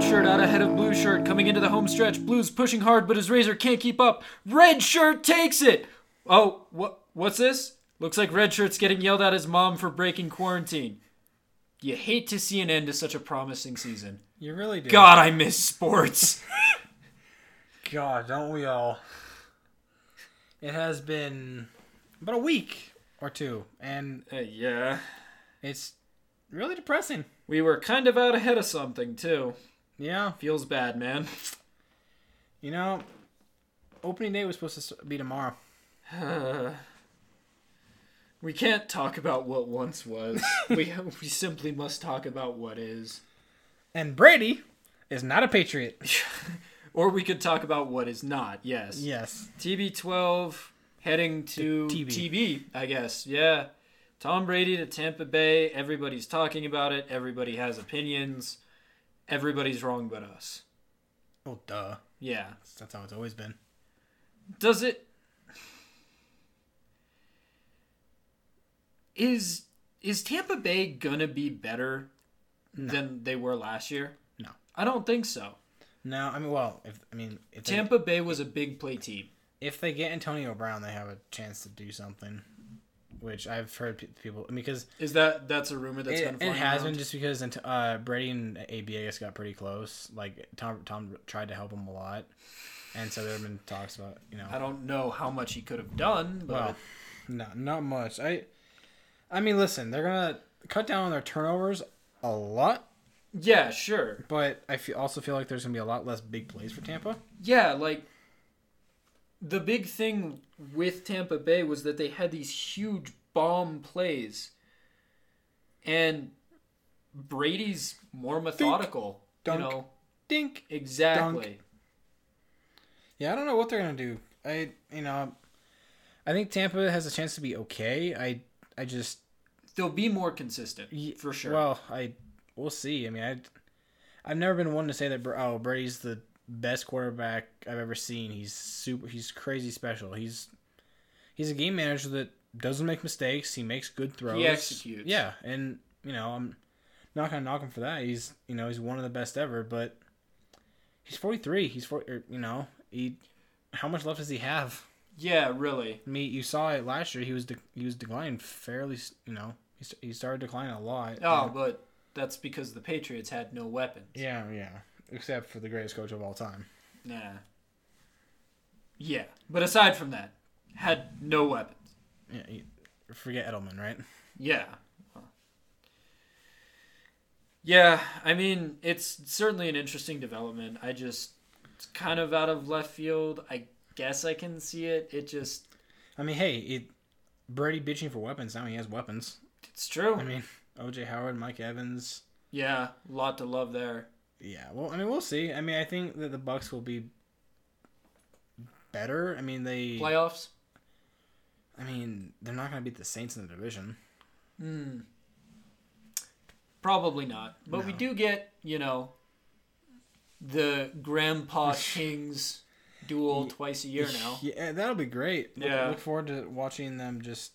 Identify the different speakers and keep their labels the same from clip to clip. Speaker 1: shirt out ahead of blue shirt. Coming into the home stretch, blue's pushing hard, but his razor can't keep up. Red shirt takes it. Oh, what? What's this? Looks like red shirt's getting yelled at his mom for breaking quarantine. You hate to see an end to such a promising season.
Speaker 2: You really do.
Speaker 1: God, I miss sports.
Speaker 2: God, don't we all? It has been about a week or two, and
Speaker 1: Uh, yeah.
Speaker 2: it's really depressing.
Speaker 1: We were kind of out ahead of something, too.
Speaker 2: Yeah,
Speaker 1: Feels bad, man.
Speaker 2: you know, opening day was supposed to s- be tomorrow.
Speaker 1: we can't talk about what once was. we, we simply must talk about what is.
Speaker 2: And Brady is not a Patriot.
Speaker 1: Or we could talk about what is not, yes.
Speaker 2: Yes.
Speaker 1: TB12 heading to
Speaker 2: To
Speaker 1: TB.
Speaker 2: TB.
Speaker 1: I guess. Yeah. Tom Brady to Tampa Bay. Everybody's talking about it. Everybody has opinions. Everybody's wrong but us.
Speaker 2: Oh, duh.
Speaker 1: Yeah.
Speaker 2: That's how it's always been.
Speaker 1: Does it Is is Tampa Bay going to be better than they were last year?
Speaker 2: No.
Speaker 1: I don't think so.
Speaker 2: No, I mean, well, if I mean, if they,
Speaker 1: Tampa Bay was a big play team.
Speaker 2: if they get Antonio Brown, they have a chance to do something. Which I've heard pe- people I mean, because
Speaker 1: Is that that's a rumor that's
Speaker 2: it,
Speaker 1: been
Speaker 2: it
Speaker 1: flying
Speaker 2: has
Speaker 1: around?
Speaker 2: been just because int- uh, Brady and AB I guess got pretty close. Like Tom Tom tried to help him a lot, and so there have been talks about you know
Speaker 1: I don't know how much he could have done, but
Speaker 2: well, no not much. I I mean listen, they're gonna cut down on their turnovers a lot,
Speaker 1: yeah, sure.
Speaker 2: but I fe- also feel like there's gonna be a lot less big plays for Tampa.
Speaker 1: Yeah, like the big thing with Tampa Bay was that they had these huge bomb plays, and Brady's more methodical.
Speaker 2: dunk.
Speaker 1: You know
Speaker 2: Dink.
Speaker 1: exactly.
Speaker 2: Yeah, I don't know what they're gonna do. I you know, I think Tampa has a chance to be okay. I I just
Speaker 1: They'll be more consistent
Speaker 2: Ye-
Speaker 1: for sure.
Speaker 2: Well, I we'll see. I mean, I I've never been one to say that. Br- Oh, Brady's the best quarterback I've ever seen. He's super. He's crazy special. He's he's a game manager that doesn't make mistakes. He makes good throws.
Speaker 1: executes.
Speaker 2: Yeah, and you know I'm not gonna knock him for that. He's you know he's one of the best ever. But he's 43. He's 40. er, You know he. How much left does he have?
Speaker 1: yeah, really.
Speaker 2: I mean, you saw it last year. He was de- he was declining fairly. s- You know he, st- he started declining a lot.
Speaker 1: Oh, but that's because the Patriots had no weapons.
Speaker 2: Yeah, yeah. Except for the greatest coach of all time.
Speaker 1: Nah. Yeah, but aside from that, had no weapons.
Speaker 2: Yeah, you- forget Edelman, right?
Speaker 1: Yeah. Yeah, I mean, it's certainly an interesting development. I just, it's kind of out of left field. I guess I can see it. It just,
Speaker 2: I mean, hey, it Brady bitching for weapons. Now he has weapons.
Speaker 1: it's true.
Speaker 2: I mean, OJ Howard, Mike Evans.
Speaker 1: yeah, lot to love there.
Speaker 2: Yeah, well, I mean, we'll see. I mean, I think that the Bucks will be better. I mean, they.
Speaker 1: Playoffs?
Speaker 2: I mean, they're not going to beat the Saints in the division.
Speaker 1: Probably not. But we do get, you know, the Grandpa Kings duel twice a year now.
Speaker 2: Yeah, that'll be great. Look-
Speaker 1: Yeah.
Speaker 2: Look forward to watching them just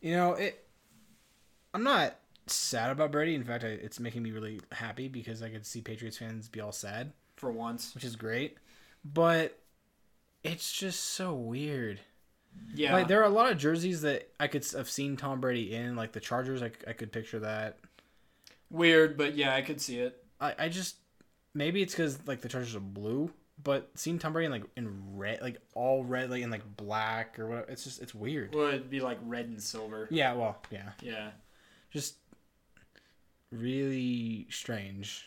Speaker 2: you know, it I'm not sad about Brady. In fact, I, it's making me really happy because I could see Patriots fans be all sad,
Speaker 1: For once.
Speaker 2: which is great. But it's just so weird.
Speaker 1: Yeah.
Speaker 2: Like there are a lot of jerseys that I could s- have seen Tom Brady in, like the Chargers. I, c- I could picture that.
Speaker 1: Weird, but yeah, I could see it.
Speaker 2: I, I just maybe it's because like the Chargers are blue, but seeing Tom Brady in like in red, like all red, like in like black or whatever. It's just it's weird.
Speaker 1: Would be like red and silver.
Speaker 2: Yeah, well, yeah.
Speaker 1: Yeah.
Speaker 2: Just really strange.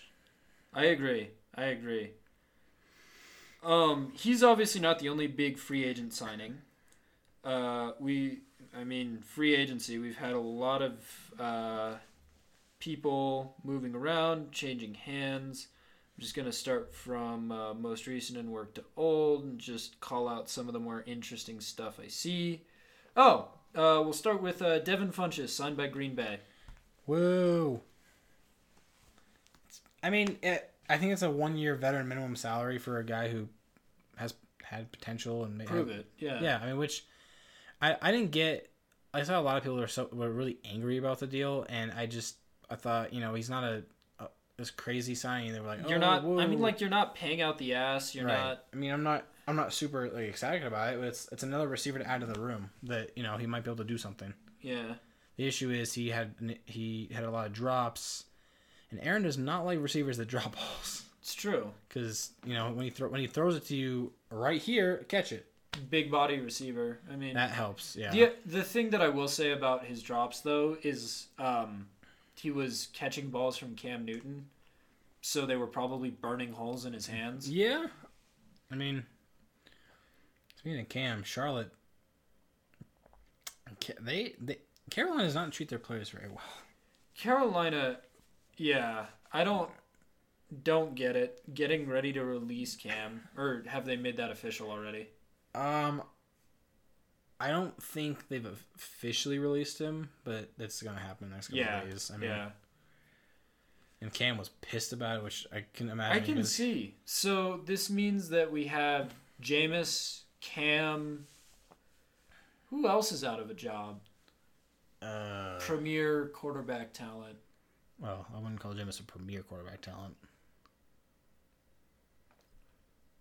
Speaker 1: I agree. I agree. Um, he's obviously not the only big free agent signing. Uh, we, I mean, free agency. We've had a lot of uh, people moving around, changing hands. I'm just gonna start from uh, most recent and work to old, and just call out some of the more interesting stuff I see. Oh, uh, we'll start with uh, Devin Funches, signed by Green Bay.
Speaker 2: Whoa. I mean, it, I think it's a one-year veteran minimum salary for a guy who has had potential and may
Speaker 1: Prove it. Yeah.
Speaker 2: Yeah, I mean, which I I didn't get. I saw a lot of people were so were really angry about the deal, and I just I thought you know he's not a, a this crazy signing. They were like,
Speaker 1: You're
Speaker 2: "Oh,
Speaker 1: not. I mean,
Speaker 2: whoa."
Speaker 1: like you're not paying out the ass. You're not.
Speaker 2: I mean, I'm not. I'm not super like excited about it, but it's it's another receiver to add to the room that you know he might be able to do something.
Speaker 1: Yeah.
Speaker 2: The issue is he had he had a lot of drops, and Aaron does not like receivers that drop balls
Speaker 1: It's true.
Speaker 2: because you know when he throw when he throws it to you right here, catch it.
Speaker 1: Big body receiver. I mean,
Speaker 2: That helps. Yeah.
Speaker 1: the the thing that I will say about his drops though is um, he was catching balls from Cam Newton, so they were probably burning holes in
Speaker 2: Mm-hmm.
Speaker 1: his hands.
Speaker 2: Yeah. I mean, speaking of Cam, Charlotte, Ca- they they Carolina does not treat their players very well.
Speaker 1: Carolina, yeah, I don't don't get it. Getting ready to release Cam, or have they made that official already?
Speaker 2: Um, I don't think they've officially released him, but that's gonna happen in the next couple
Speaker 1: Yeah,
Speaker 2: of days. I mean,
Speaker 1: yeah,
Speaker 2: and Cam was pissed about it, which I can
Speaker 1: I
Speaker 2: imagine.
Speaker 1: can
Speaker 2: 'cause-
Speaker 1: see. So this means that we have Jameis, Cam. Who else is out of a job?
Speaker 2: Uh,
Speaker 1: Premier quarterback talent.
Speaker 2: well, I wouldn't call Jameis a premier quarterback talent.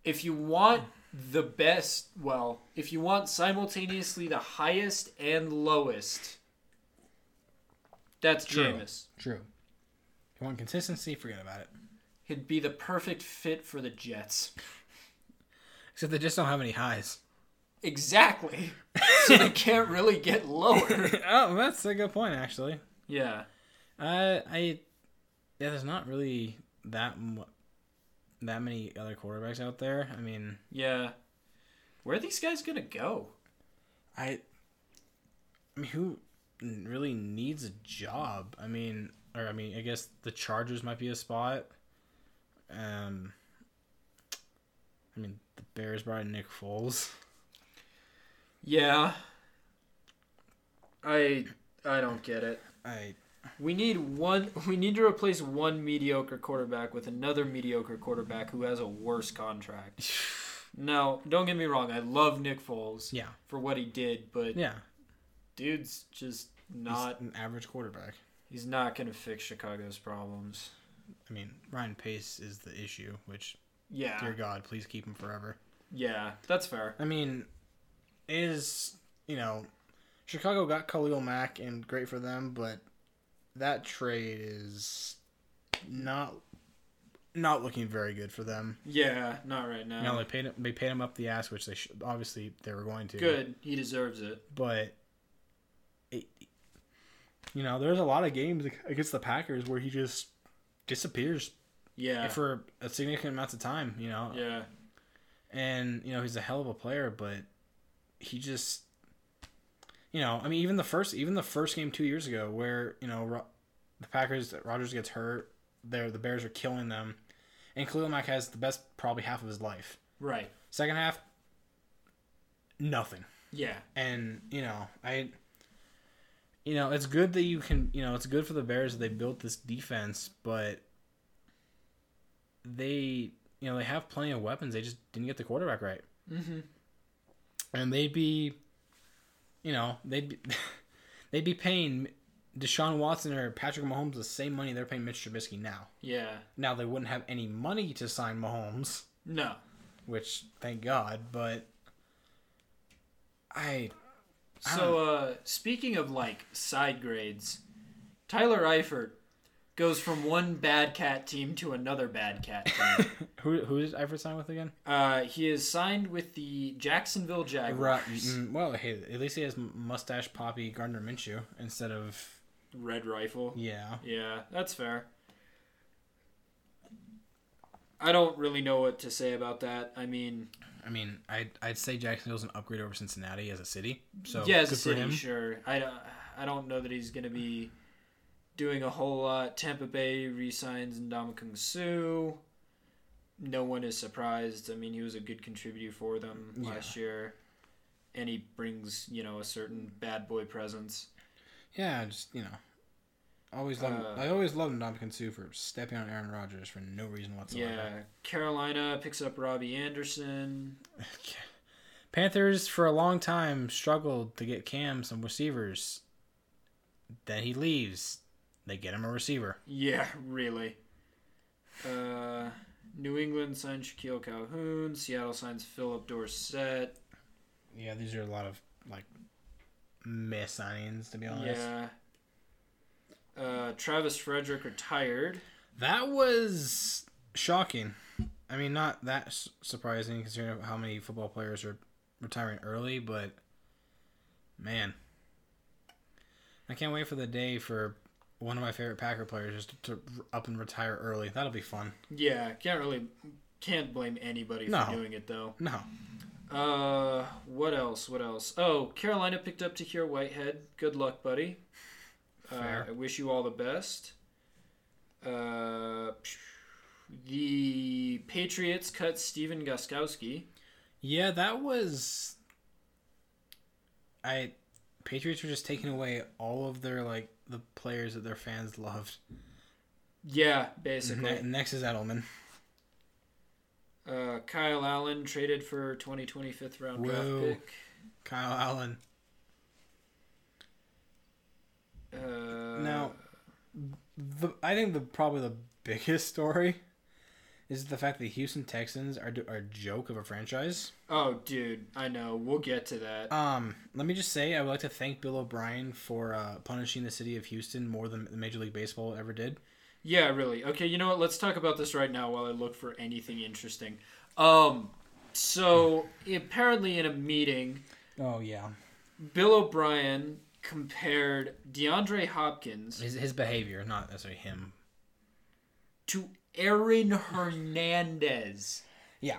Speaker 1: if you want the best, well, if you want simultaneously the highest and lowest, that's
Speaker 2: True.
Speaker 1: Jameis.
Speaker 2: True. If you want consistency, forget about it.
Speaker 1: He'd be the perfect fit for the Jets.
Speaker 2: Except they just don't have any highs.
Speaker 1: Exactly. so they can't really get lower.
Speaker 2: oh, that's a good point, actually.
Speaker 1: Yeah.
Speaker 2: Uh, I yeah, there's not really that mu- that many other quarterbacks out there. I mean,
Speaker 1: Yeah. Where are these guys going to go?
Speaker 2: I, I mean, who n- really needs a job? I mean, or I mean, I guess the Chargers might be a spot. Um, I mean, the Bears brought in Nick Foles.
Speaker 1: Yeah. I I don't get it.
Speaker 2: I
Speaker 1: We need one we need to replace one mediocre quarterback with another mediocre quarterback who has a worse contract. Now, don't get me wrong. I love Nick Foles
Speaker 2: yeah
Speaker 1: for what he did, but
Speaker 2: yeah,
Speaker 1: dude's just
Speaker 2: he's
Speaker 1: not.
Speaker 2: an average quarterback.
Speaker 1: He's not going to fix Chicago's problems.
Speaker 2: I mean, Ryan Pace is the issue. Which,
Speaker 1: Yeah,
Speaker 2: dear God, please keep him forever.
Speaker 1: yeah, that's fair.
Speaker 2: I mean, is you know, Chicago got Khalil Mack and great for them, but that trade is not not looking very good for them.
Speaker 1: Yeah, not right
Speaker 2: You know,
Speaker 1: now.
Speaker 2: they paid they paid him up the ass, which they should, obviously they were going to.
Speaker 1: Good, he deserves it.
Speaker 2: but it, you know, there's a lot of games against the Packers where he just disappears
Speaker 1: Yeah,
Speaker 2: for a significant amount of time. You know,
Speaker 1: yeah,
Speaker 2: and you know he's a hell of a player, but he just, you know, I mean, even the first, even the first game two years ago, where you know Ro- the Packers, Rogers gets hurt, there the Bears are killing them, and Khalil Mack has the best probably half of his life.
Speaker 1: right.
Speaker 2: Second half, nothing,
Speaker 1: Yeah,
Speaker 2: and you know I. You know, it's good that you can, you know, it's good for the Bears that they built this defense, but they, you know, they have plenty of weapons. They just didn't get the quarterback right
Speaker 1: mm-hmm.
Speaker 2: and they'd be, you know, they'd be, they'd be paying Deshaun Watson or Patrick Mahomes the same money they're paying Mitch Trubisky now.
Speaker 1: yeah.
Speaker 2: Now they wouldn't have any money to sign Mahomes,
Speaker 1: No,
Speaker 2: which thank God. But I,
Speaker 1: So uh, speaking of like side grades, Tyler Eifert goes from one bad cat team to another bad cat team.
Speaker 2: who who did Eifert sign with again?
Speaker 1: uh, he is signed with the Jacksonville
Speaker 2: Right. mm-hmm.
Speaker 1: Jaguars.
Speaker 2: mm, Well, hey, at least he has mustache Poppy Gardner Minshew instead of
Speaker 1: Red Rifle.
Speaker 2: yeah.
Speaker 1: Yeah, that's fair. I don't really know what to say about that. I mean,
Speaker 2: I mean, I'd I'd say Jacksonville's an upgrade over Cincinnati as a city. So
Speaker 1: yeah, as
Speaker 2: good
Speaker 1: a
Speaker 2: for
Speaker 1: city,
Speaker 2: him.
Speaker 1: sure. I, don't- I don't know that he's going to be doing a whole lot. Tampa Bay re-signs Ndamukong Su. No one is surprised. I mean, he was a good contributor for them
Speaker 2: Yeah.
Speaker 1: last year. And he brings, you know, a certain bad boy presence.
Speaker 2: Yeah, just you know, always love.
Speaker 1: Uh,
Speaker 2: I always loved Ndamukong Suh for stepping on Aaron Rodgers for no reason
Speaker 1: yeah.
Speaker 2: whatsoever.
Speaker 1: Carolina picks up Robbie Anderson.
Speaker 2: Yeah. Panthers for a long time struggled to get Cam some receivers. Then he leaves. They get him a receiver.
Speaker 1: Yeah, really. Uh, New England signs Shaquille Calhoun. Seattle signs Philip Dorsett.
Speaker 2: Yeah, these are a lot of like miss signings to be honest.
Speaker 1: Yeah. Uh, Travis Frederick retired.
Speaker 2: That was shocking. I mean, not that s- surprising considering how many football players are retiring early, but man, I can't wait for the day for one of my favorite Packer players just to, to up and retire early. That'll be fun.
Speaker 1: Yeah, can't really can't blame anybody
Speaker 2: No.
Speaker 1: for doing it though.
Speaker 2: No,
Speaker 1: Uh, what else? What else? Oh, Carolina picked up Tahir Whitehead. Good luck, buddy.
Speaker 2: Fair.
Speaker 1: Uh, I wish you all the best. Uh, the Patriots cut Steven Goskowski.
Speaker 2: yeah, that was. I Patriots were just taking away all of their like the players that their fans loved.
Speaker 1: Yeah, basically.
Speaker 2: Ne- next is Edelman. Mm-hmm.
Speaker 1: Uh, Kyle Allen traded for 2020 fifth round
Speaker 2: Whoa.
Speaker 1: draft pick.
Speaker 2: Kyle Allen.
Speaker 1: Uh,
Speaker 2: Now, the I think the probably the biggest story is the fact that the Houston Texans are do- are a joke of a franchise.
Speaker 1: Oh, dude, I know. We'll get to that.
Speaker 2: Um, let me just say I would like to thank Bill O'Brien for uh, punishing the city of Houston more than the Major League Baseball ever did.
Speaker 1: Yeah, really. Okay, you know what? Let's talk about this right now while I look for anything interesting. Um, so apparently in a meeting,
Speaker 2: Oh yeah,
Speaker 1: Bill O'Brien compared DeAndre Hopkins
Speaker 2: his his behavior, not necessarily him.
Speaker 1: to Aaron Hernandez.
Speaker 2: Yeah,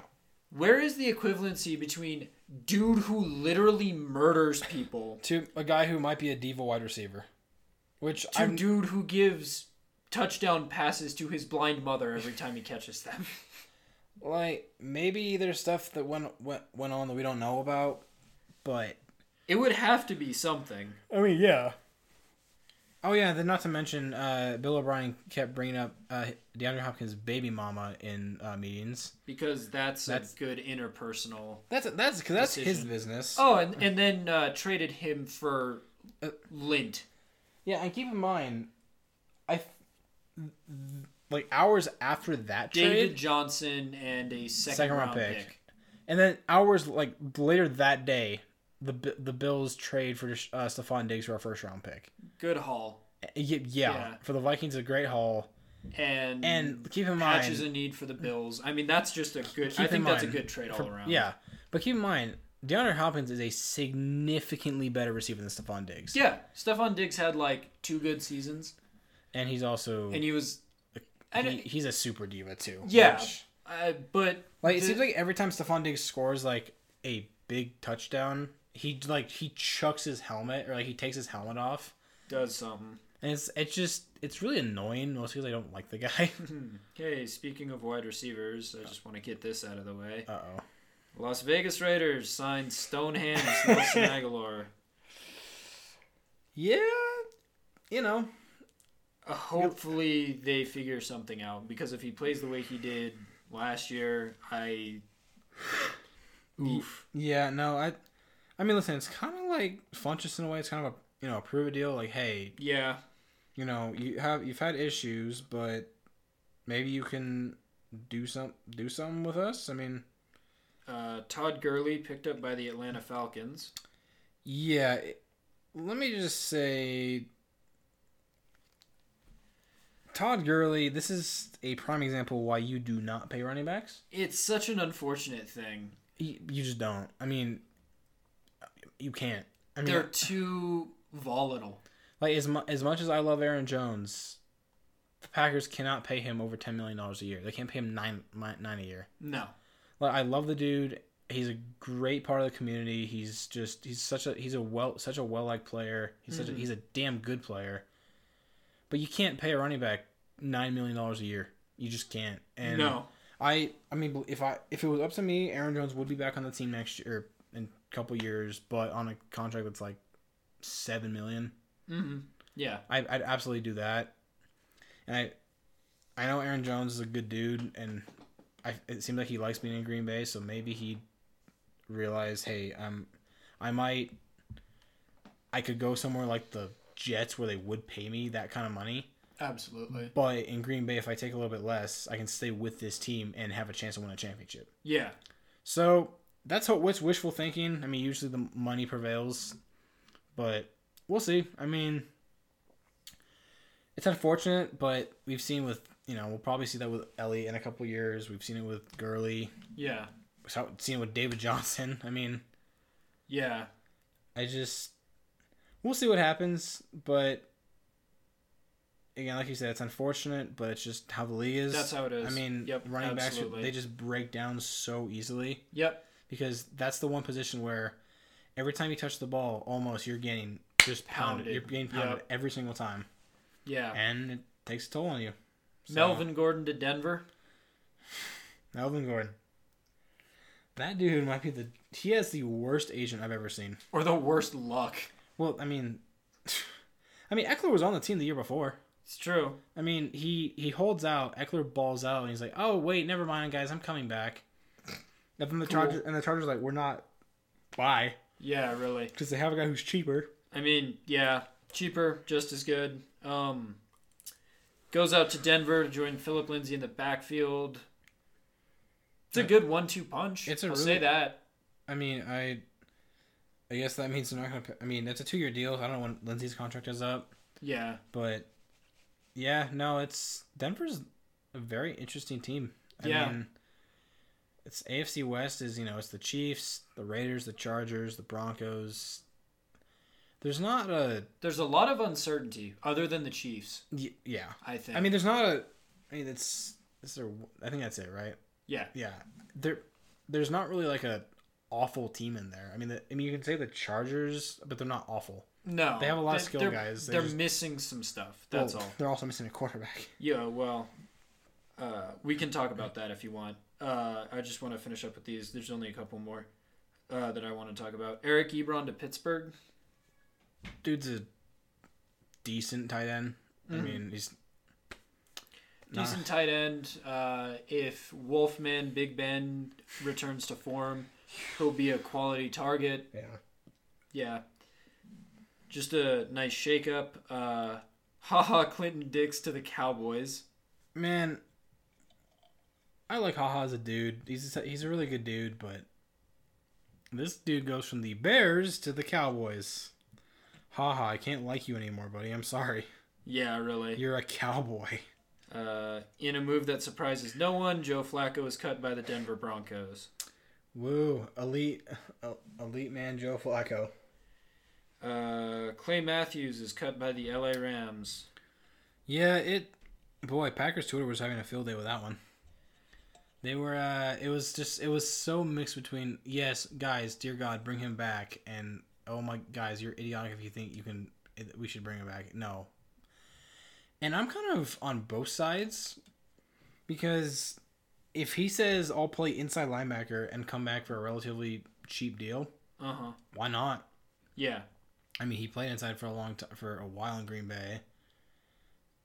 Speaker 1: Where is the equivalency between dude who literally murders people
Speaker 2: to a guy who might be a diva wide receiver, which
Speaker 1: to dude who gives touchdown passes to his blind mother every time he catches them?
Speaker 2: like maybe there's stuff that went went went on that we don't know about, but
Speaker 1: It would have to be something.
Speaker 2: I mean, yeah. Oh yeah, then not to mention, uh, Bill O'Brien kept bringing up uh, DeAndre Hopkins' baby mama in uh, meetings.
Speaker 1: because that's,
Speaker 2: That's-
Speaker 1: a good interpersonal.
Speaker 2: That's that's cause that's his
Speaker 1: Decision.
Speaker 2: business.
Speaker 1: Oh, and and then uh, traded him for
Speaker 2: uh,
Speaker 1: Lint.
Speaker 2: yeah, and keep in mind, I th- like hours after that
Speaker 1: David
Speaker 2: trade,
Speaker 1: Johnson and a second,
Speaker 2: Second round
Speaker 1: round,
Speaker 2: pick.
Speaker 1: pick.
Speaker 2: and then hours like later that day, the B- the Bills trade for uh, Stephon Diggs for our first round pick.
Speaker 1: Good haul.
Speaker 2: Yeah, yeah,
Speaker 1: Yeah.
Speaker 2: for the Vikings, a great haul.
Speaker 1: And
Speaker 2: And keep in mind,
Speaker 1: patches a need for the Bills. I mean, that's just a good. I
Speaker 2: Keep in
Speaker 1: think that's a
Speaker 2: mind,
Speaker 1: good trade all around.
Speaker 2: Yeah, but keep in mind, DeAndre Hopkins is a significantly better receiver than Stephon Diggs,
Speaker 1: Yeah. Stephon Diggs had like two good seasons,
Speaker 2: and he's also
Speaker 1: and he was. I
Speaker 2: he,
Speaker 1: don't-
Speaker 2: he's a super diva too.
Speaker 1: Yeah.
Speaker 2: which-
Speaker 1: Uh, but
Speaker 2: like it
Speaker 1: the-
Speaker 2: seems like every time Stephon Diggs scores like a big touchdown, he like he chucks his helmet or like he takes his helmet off,
Speaker 1: does something.
Speaker 2: and it's it's just it's really annoying. Mostly because I don't like the guy.
Speaker 1: Hey, speaking of wide receivers, I just want to get this out of the way.
Speaker 2: uh oh.
Speaker 1: Las Vegas Raiders signed Stonehand and Nelson Aguilar.
Speaker 2: Yeah, you know.
Speaker 1: Uh, Hopefully they figure something out because if he plays the way he did last year, I oof.
Speaker 2: Yeah, no, I, I mean, listen, it's kind of like Funchess in a way. It's kind of a you know a prove a deal. Like, hey,
Speaker 1: Yeah,
Speaker 2: you know you have you've had issues but maybe you can do some do something with us i mean
Speaker 1: uh, Todd Gurley picked up by the Atlanta Falcons.
Speaker 2: yeah it- let me just say Todd Gurley, this is a prime example why you do not pay running backs.
Speaker 1: It's such an unfortunate thing.
Speaker 2: You, you just don't. I mean, you can't. I mean,
Speaker 1: They're too volatile.
Speaker 2: like as mu- as much as I love Aaron Jones, the Packers cannot pay him over ten million dollars a year. They can't pay him nine nine, nine a year.
Speaker 1: No,
Speaker 2: Like I love the dude. He's a great part of the community. He's just he's such a he's a well such a well liked player. He's such a, he's a damn good player. But you can't pay a running back nine million dollars a year. You just can't. And
Speaker 1: no.
Speaker 2: I I mean if I if it was up to me, Aaron Jones would be back on the team next year in a couple years, but on a contract that's like seven million.
Speaker 1: hmm Yeah,
Speaker 2: I, I'd absolutely do that. And I, I know Aaron Jones is a good dude, and I, it seems like he likes being in Green Bay. So maybe he realized, hey, I'm, I might, I could go somewhere like the Jets where they would pay me that kind of money.
Speaker 3: Absolutely.
Speaker 2: But in Green Bay, if I take a little bit less, I can stay with this team and have a chance to win a championship.
Speaker 1: Yeah.
Speaker 2: So that's what what's wishful thinking. I mean, usually the money prevails, but we'll see. I mean, it's unfortunate, but we've seen with you know we'll probably see that with Ellie in a couple years. We've seen it with Gurley.
Speaker 1: Yeah.
Speaker 2: We've saw- seen it with David Johnson. I mean,
Speaker 1: Yeah.
Speaker 2: I just we'll see what happens, but again, like you said, it's unfortunate, but it's just how the league is.
Speaker 1: That's how it is.
Speaker 2: I mean,
Speaker 1: Yep,
Speaker 2: running backs
Speaker 1: absolutely.
Speaker 2: they just break down so easily
Speaker 1: Yep.
Speaker 2: because that's the one position where every time you touch the ball, almost you're getting just pounded.
Speaker 1: Pounded.
Speaker 2: You're getting pounded
Speaker 1: Yep.
Speaker 2: every single time,
Speaker 1: Yeah.
Speaker 2: and it takes a toll on you. So,
Speaker 1: Melvin Gordon to Denver.
Speaker 2: Melvin Gordon. That dude might be the he has the worst agent I've ever seen.
Speaker 1: Or the worst luck.
Speaker 2: Well, I mean, I mean Eckler was on the team the year before.
Speaker 1: It's true.
Speaker 2: I mean, he he holds out. Eckler balls out, and he's like, "Oh wait, never mind, guys, I'm coming back." And then the
Speaker 1: Cool.
Speaker 2: Chargers and the Chargers are like, "We're not, why?"
Speaker 1: Yeah, really.
Speaker 2: Because they have a guy who's cheaper.
Speaker 1: I mean, yeah, cheaper, just as good. Um, goes out to Denver to join Philip Lindsay in the backfield. It's a good one-two punch.
Speaker 2: It's a
Speaker 1: I'll
Speaker 2: really-
Speaker 1: say that.
Speaker 2: I mean, I, I guess that means they're not gonna. Pay, I mean, it's a two year deal. I don't know when Lindsey's contract is up,
Speaker 1: Yeah,
Speaker 2: but yeah, no, it's Denver's a very interesting team. I
Speaker 1: Yeah.
Speaker 2: mean, it's AFC West is you know it's the Chiefs, the Raiders, the Chargers, the Broncos. There's not a
Speaker 1: there's a lot of uncertainty other than the Chiefs.
Speaker 2: y- yeah.
Speaker 1: I think.
Speaker 2: I mean, there's not a. I mean, it's. Is there? I think that's it, right?
Speaker 1: yeah,
Speaker 2: Yeah. There, there's not really like a awful team in there. I mean, the, I mean, you can say the Chargers, but they're not awful.
Speaker 1: no,
Speaker 2: They have a lot of
Speaker 1: They-
Speaker 2: skill
Speaker 1: they're-
Speaker 2: guys. They
Speaker 1: They're
Speaker 2: just-
Speaker 1: missing some stuff. That's
Speaker 2: Well,
Speaker 1: all.
Speaker 2: They're also missing a quarterback.
Speaker 1: Yeah, well, uh, we can talk about that if you want. Uh, I just want to finish up with these. There's only a couple more uh, that I want to talk about. Eric Ebron to Pittsburgh.
Speaker 2: Dude's a decent tight end. I
Speaker 1: Mhm.
Speaker 2: mean, he's Nah.
Speaker 1: Decent tight end. Uh, if Wolfman Big Ben returns to form, he'll be a quality target.
Speaker 2: yeah.
Speaker 1: Yeah. Just a nice shakeup. Uh, haha, Clinton Dix to the Cowboys.
Speaker 2: Man, I like Haha as a dude. He's a, he's a really good dude, but this dude goes from the Bears to the Cowboys. Haha, I can't like you anymore, buddy. I'm sorry.
Speaker 1: Yeah, really.
Speaker 2: You're a cowboy.
Speaker 1: Uh, in a move that surprises no one, Joe Flacco is cut by the Denver Broncos.
Speaker 2: Woo, elite, uh, elite man Joe Flacco.
Speaker 1: Uh, Clay Matthews is cut by the LA Rams.
Speaker 2: Yeah, it. Boy, Packers Twitter was having a field day with that one. They were. uh It was just. It was so mixed between yes, guys, dear God, bring him back, and oh my guys, you're idiotic if you think you can. We should bring him back. No. And I'm kind of on both sides because if he says I'll play inside linebacker and come back for a relatively cheap deal,
Speaker 1: Uh huh.
Speaker 2: why not?
Speaker 1: Yeah.
Speaker 2: I mean, he played inside for a long time, for a while in Green Bay.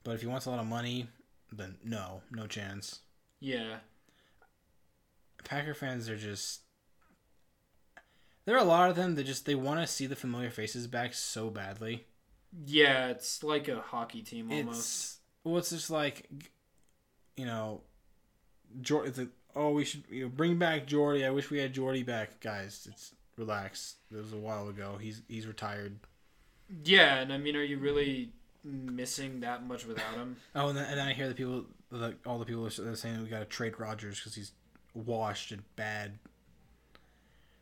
Speaker 2: But if he wants a lot of money, then no, no chance.
Speaker 1: Yeah.
Speaker 2: Packer fans are just. There are a lot of them that just they want to see the familiar faces back so badly.
Speaker 1: Yeah, it's like a hockey team almost.
Speaker 2: It's well, it's just like, you know, Jordy. It's like, oh, we should you know bring back Jordy. I wish we had Jordy back, guys. It's relax. It was a while ago. He's he's retired.
Speaker 1: Yeah, and I mean, are you really missing that much without him?
Speaker 2: Oh, and then, and then I hear the people, the, all the people are saying we got to trade Rogers because he's washed and bad.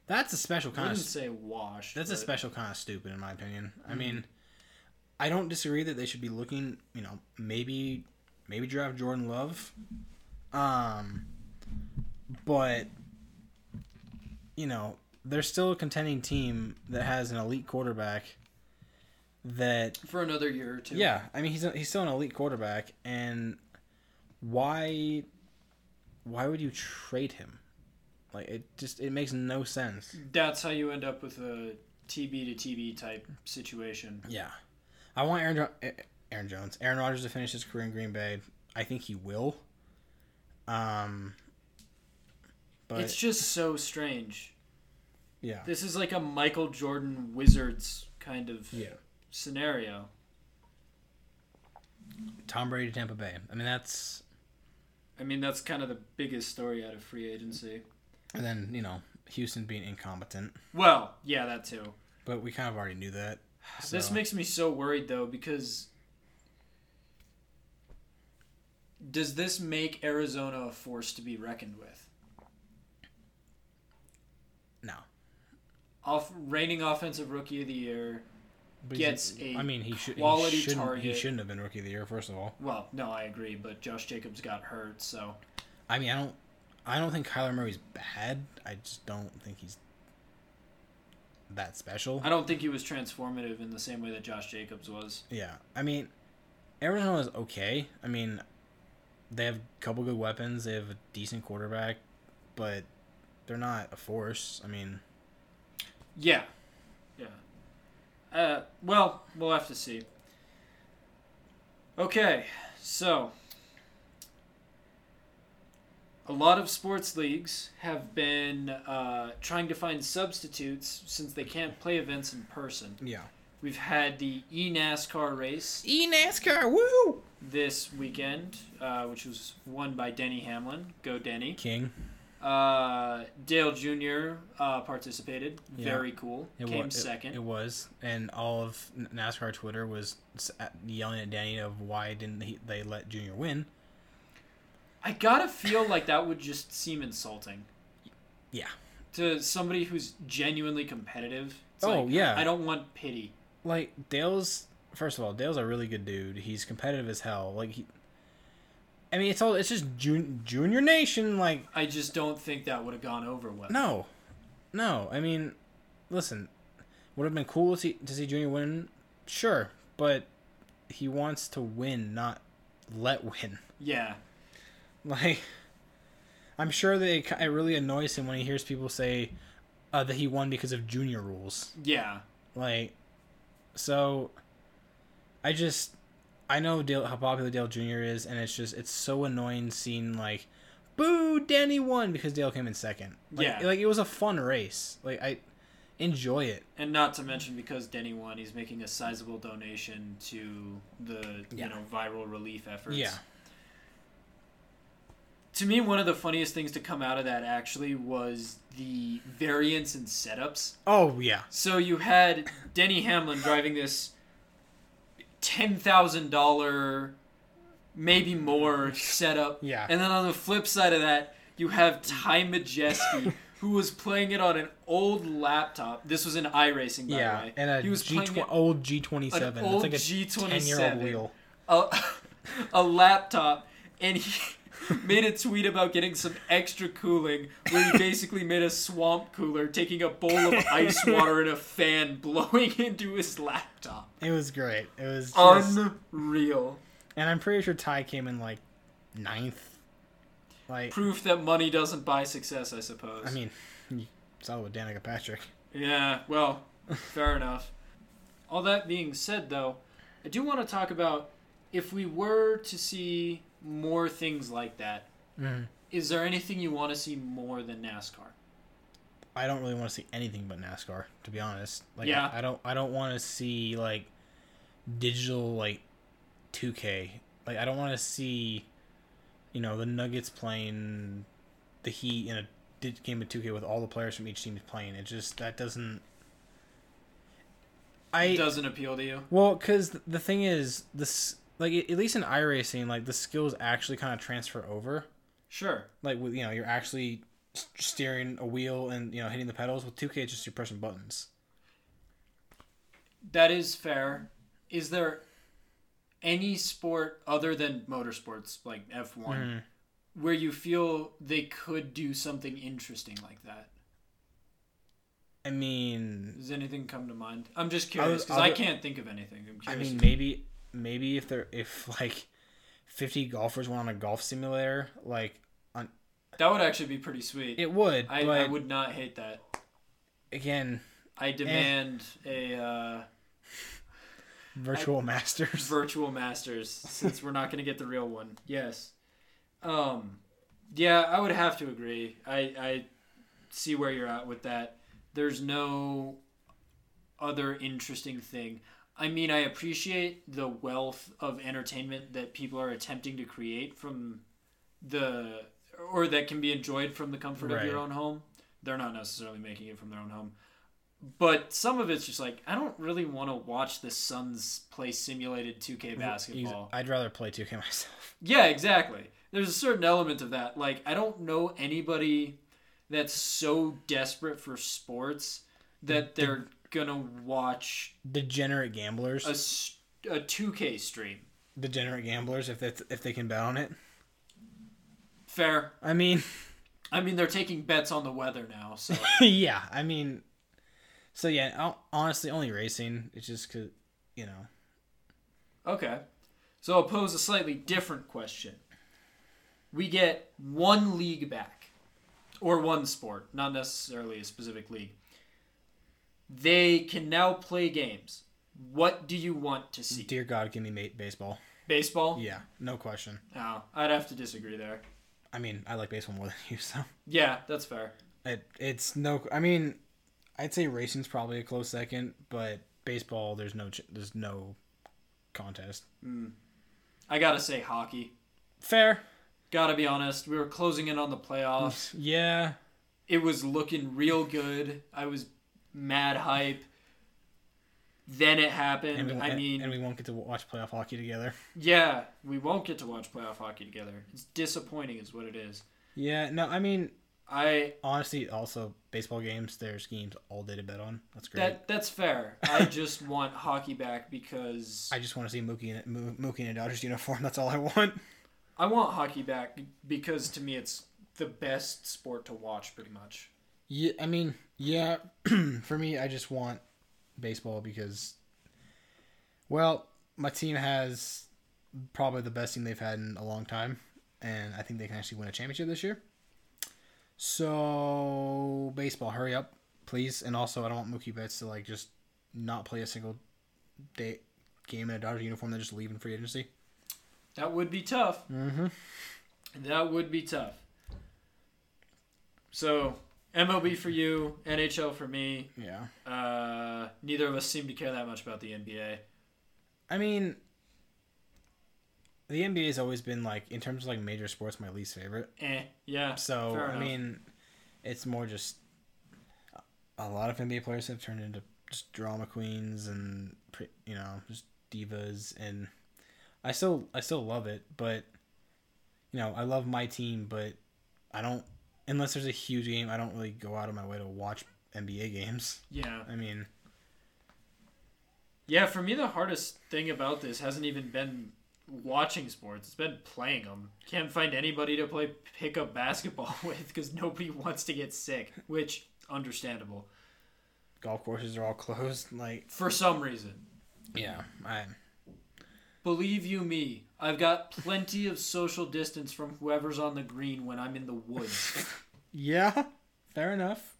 Speaker 2: That's a special
Speaker 1: I
Speaker 2: kind
Speaker 1: wouldn't
Speaker 2: of.
Speaker 1: say Mm-hmm. wash.
Speaker 2: That's a
Speaker 1: but-
Speaker 2: special kind of stupid, in my opinion. I mean, I don't disagree that they should be looking. You know, maybe, maybe draft Jordan Love, um, but you know, they're still a contending team that has an elite quarterback that
Speaker 1: for another year or two.
Speaker 2: yeah, I mean he's a, he's still an elite quarterback, and why why would you trade him? Like it just it makes no sense.
Speaker 1: that's how you end up with a TB to TB type situation.
Speaker 2: Yeah, I want Aaron jo- A- Aaron Jones, Aaron Rodgers to finish his career in Green Bay. I think he will. Um, but
Speaker 1: it's just so strange.
Speaker 2: yeah,
Speaker 1: This is like a Michael Jordan Wizards kind of
Speaker 2: yeah.
Speaker 1: scenario.
Speaker 2: Tom Brady to Tampa Bay. I mean, that's
Speaker 1: I mean, that's kind of the biggest story out of free agency.
Speaker 2: and then you know Houston being incompetent,
Speaker 1: Well, yeah, that too.
Speaker 2: but we kind of already knew that.
Speaker 1: This
Speaker 2: So-
Speaker 1: makes me so worried though because does this make Arizona a force to be reckoned with?
Speaker 2: No,
Speaker 1: Off reigning offensive rookie of the year.
Speaker 2: but
Speaker 1: Gets
Speaker 2: he's-
Speaker 1: a
Speaker 2: I mean, he should.
Speaker 1: quality
Speaker 2: he shouldn't, He
Speaker 1: target.
Speaker 2: shouldn't have been rookie of the year. First of all,
Speaker 1: Well, no, I agree, but Josh Jacobs got hurt, so
Speaker 2: I mean, I don't. I don't think Kyler Murray's bad. I just don't think he's that special.
Speaker 1: I don't think he was transformative in the same way that Josh Jacobs was.
Speaker 2: Yeah, I mean, Arizona is okay. I mean, they have a couple good weapons. They have a decent quarterback, but they're not a force. I mean,
Speaker 1: Yeah, yeah. Uh, well, we'll have to see. Okay, so a lot of sports leagues have been uh, trying to find substitutes since they can't play events in person.
Speaker 2: yeah.
Speaker 1: We've had the eNASCAR race
Speaker 2: E NASCAR, woo!
Speaker 1: this weekend, uh, which was won by Denny Hamlin. Go Denny!
Speaker 2: King.
Speaker 1: Uh, Dale Jr. Uh, participated.
Speaker 2: Yeah.
Speaker 1: Very cool.
Speaker 2: It
Speaker 1: Came
Speaker 2: wa- it-
Speaker 1: second.
Speaker 2: It, was, and all of N- NASCAR Twitter was s- at- yelling at Danny of why didn't he, they let Junior win?
Speaker 1: I gotta feel like that would just seem insulting.
Speaker 2: Yeah.
Speaker 1: To somebody who's genuinely competitive. It's
Speaker 2: Oh,
Speaker 1: like,
Speaker 2: yeah.
Speaker 1: I don't want pity.
Speaker 2: Like Dale's. First of all, Dale's a really good dude. He's competitive as hell. Like he. I mean, it's all. It's just jun- Junior Nation. Like
Speaker 1: I just don't think that would have gone over well.
Speaker 2: No, no. I mean, listen, would have been cool to see, to see Junior win, sure, but he wants to win, not let win.
Speaker 1: Yeah.
Speaker 2: Like, I'm sure that it, ki- it really annoys him when he hears people say uh, that he won because of Junior rules.
Speaker 1: Yeah.
Speaker 2: Like, so I just I know Dale, how popular Dale Junior is, and it's just it's so annoying seeing like, boo, Danny won because Dale came in second. Like,
Speaker 1: Yeah.
Speaker 2: like it was a fun race. Like I enjoy it.
Speaker 1: And not to mention because Denny won, he's making a sizable donation to the
Speaker 2: Yeah.
Speaker 1: you know viral relief efforts.
Speaker 2: Yeah.
Speaker 1: To me, one of the funniest things to come out of that actually was the variance in setups.
Speaker 2: Oh yeah.
Speaker 1: So you had Denny Hamlin driving this ten thousand dollar, maybe more setup.
Speaker 2: Yeah.
Speaker 1: And then on the flip side of that, you have Ty Majeski, who was playing it on an old laptop. This was an iRacing, by the
Speaker 2: Yeah,
Speaker 1: way.
Speaker 2: and a
Speaker 1: he was
Speaker 2: G
Speaker 1: playing
Speaker 2: tw-
Speaker 1: it,
Speaker 2: old G twenty seven.
Speaker 1: old
Speaker 2: It's like a ten year
Speaker 1: G27.
Speaker 2: old wheel.
Speaker 1: a, a laptop, and he made a tweet about getting some extra cooling, where he basically made a swamp cooler, taking a bowl of ice water and a fan, blowing into his laptop.
Speaker 2: It was great. It was just,
Speaker 1: Unreal.
Speaker 2: and I'm pretty sure Ty came in like ninth. Like
Speaker 1: Proof that money doesn't buy success, I suppose.
Speaker 2: I mean, you saw it with Danica Patrick.
Speaker 1: yeah, well, fair enough. All that being said, though, I do want to talk about if we were to see more things like that,
Speaker 2: Mhm.
Speaker 1: is there anything you want to see more than NASCAR?
Speaker 2: I don't really want to see anything but NASCAR, to be honest. Like
Speaker 1: Yeah.
Speaker 2: I, I don't I don't want to see like digital like 2K. Like I don't want to see you know, the Nuggets playing the Heat in a di- game of 2K with all the players from each team playing. It just that doesn't I
Speaker 1: It doesn't appeal to you.
Speaker 2: well, because the thing is, this like at least in iRacing, like the skills actually kind of transfer over.
Speaker 1: Sure.
Speaker 2: like with you know you're actually s- steering a wheel and you know hitting the pedals with 2k it's just you're pressing buttons
Speaker 1: That is fair. Is there any sport other than motorsports, like F1,
Speaker 2: Mm.
Speaker 1: where you feel they could do something interesting like that?
Speaker 2: i mean
Speaker 1: Does anything come to mind? I'm just curious
Speaker 2: Other-
Speaker 1: because I
Speaker 2: other-
Speaker 1: can't think of anything. I'm
Speaker 2: i
Speaker 1: curious.
Speaker 2: mean maybe maybe if they're if like 50 golfers went on a golf simulator like on
Speaker 1: that would actually be pretty sweet.
Speaker 2: it would
Speaker 1: I,
Speaker 2: but eh.
Speaker 1: I would not hate that.
Speaker 2: again
Speaker 1: I demand a uh,
Speaker 2: virtual masters
Speaker 1: virtual masters since we're not going to get the real one. Yes. Um, yeah, I would have to agree. I, I see where you're at with that. There's no other interesting thing. I mean, I appreciate the wealth of entertainment that people are attempting to create from the or that can be enjoyed from the comfort of your
Speaker 2: Right.
Speaker 1: own home. They're not necessarily making it from their own home. But some of it's just like I don't really want to watch the Suns play simulated 2K
Speaker 2: Ex-
Speaker 1: basketball.
Speaker 2: I'd rather play 2K myself.
Speaker 1: Yeah, exactly. There's a certain element of that. Like, I don't know anybody that's so desperate for sports that they're gonna watch
Speaker 2: Degenerate gamblers.
Speaker 1: a, s- a 2K stream.
Speaker 2: Degenerate gamblers if that's, if they can bet on it.
Speaker 1: Fair.
Speaker 2: I mean,
Speaker 1: I mean, they're taking bets on the weather now, so
Speaker 2: yeah, I mean, so yeah, I'll- honestly, only racing. It's just cause you know,
Speaker 1: okay. So I'll pose a slightly different question. We get one league back, or one sport, not necessarily a specific league. They can now play games. What do you want to see?
Speaker 2: dear God, give me mate baseball.
Speaker 1: Baseball?
Speaker 2: Yeah, no question.
Speaker 1: No, I'd have to disagree there.
Speaker 2: I mean, I like baseball more than you, so
Speaker 1: Yeah, that's fair.
Speaker 2: it, it's no. I mean, I'd say racing's probably a close second, but baseball, there's no, ch- there's no contest.
Speaker 1: I gotta say hockey.
Speaker 2: Fair.
Speaker 1: Gotta be honest, we were closing in on the playoffs.
Speaker 2: Yeah.
Speaker 1: it was looking real good. I was mad hype. Then it happened.
Speaker 2: And we,
Speaker 1: I mean,
Speaker 2: and we won't get to watch playoff hockey together.
Speaker 1: yeah, we won't get to watch playoff hockey together. It's disappointing, is what it is.
Speaker 2: Yeah. No, I mean,
Speaker 1: I
Speaker 2: honestly, also baseball games, there's games all day to bet on. That's great.
Speaker 1: that that's fair. I just want hockey back because
Speaker 2: I just want to see Mookie in, Moo- Mookie in a Dodgers uniform. That's all I want.
Speaker 1: I want hockey back because to me it's the best sport to watch, pretty much.
Speaker 2: Yeah, I mean, yeah. for me, I just want baseball because, well, my team has probably the best team they've had in a long time, and I think they can actually win a championship this year. So baseball, hurry up, please. And also, I don't want Mookie Betts to like just not play a single day game in a Dodger uniform. They just leave in free agency.
Speaker 1: That would be tough.
Speaker 2: Mm-hmm.
Speaker 1: That would be tough. So MLB for you, NHL for me.
Speaker 2: Yeah.
Speaker 1: Uh, neither of us seem to care that much about the NBA.
Speaker 2: I mean, the NBA has always been like, in terms of like major sports, my least favorite.
Speaker 1: Eh, yeah.
Speaker 2: So
Speaker 1: Fair
Speaker 2: I
Speaker 1: enough.
Speaker 2: mean, it's more just a lot of NBA players have turned into just drama queens and pre- you know just divas, and I still I still love it, but you know I love my team, but I don't unless there's a huge game, I don't really go out of my way to watch NBA games.
Speaker 1: Yeah.
Speaker 2: I mean,
Speaker 1: Yeah, for me, the hardest thing about this hasn't even been watching sports, it's been playing them. Can't find anybody to play pickup basketball with because nobody wants to get sick, which, understandable,
Speaker 2: golf courses are all closed. Like,
Speaker 1: for some reason.
Speaker 2: yeah, I
Speaker 1: Believe you me, I've got plenty of social distance from whoever's on the green when I'm in the woods
Speaker 2: yeah, fair enough.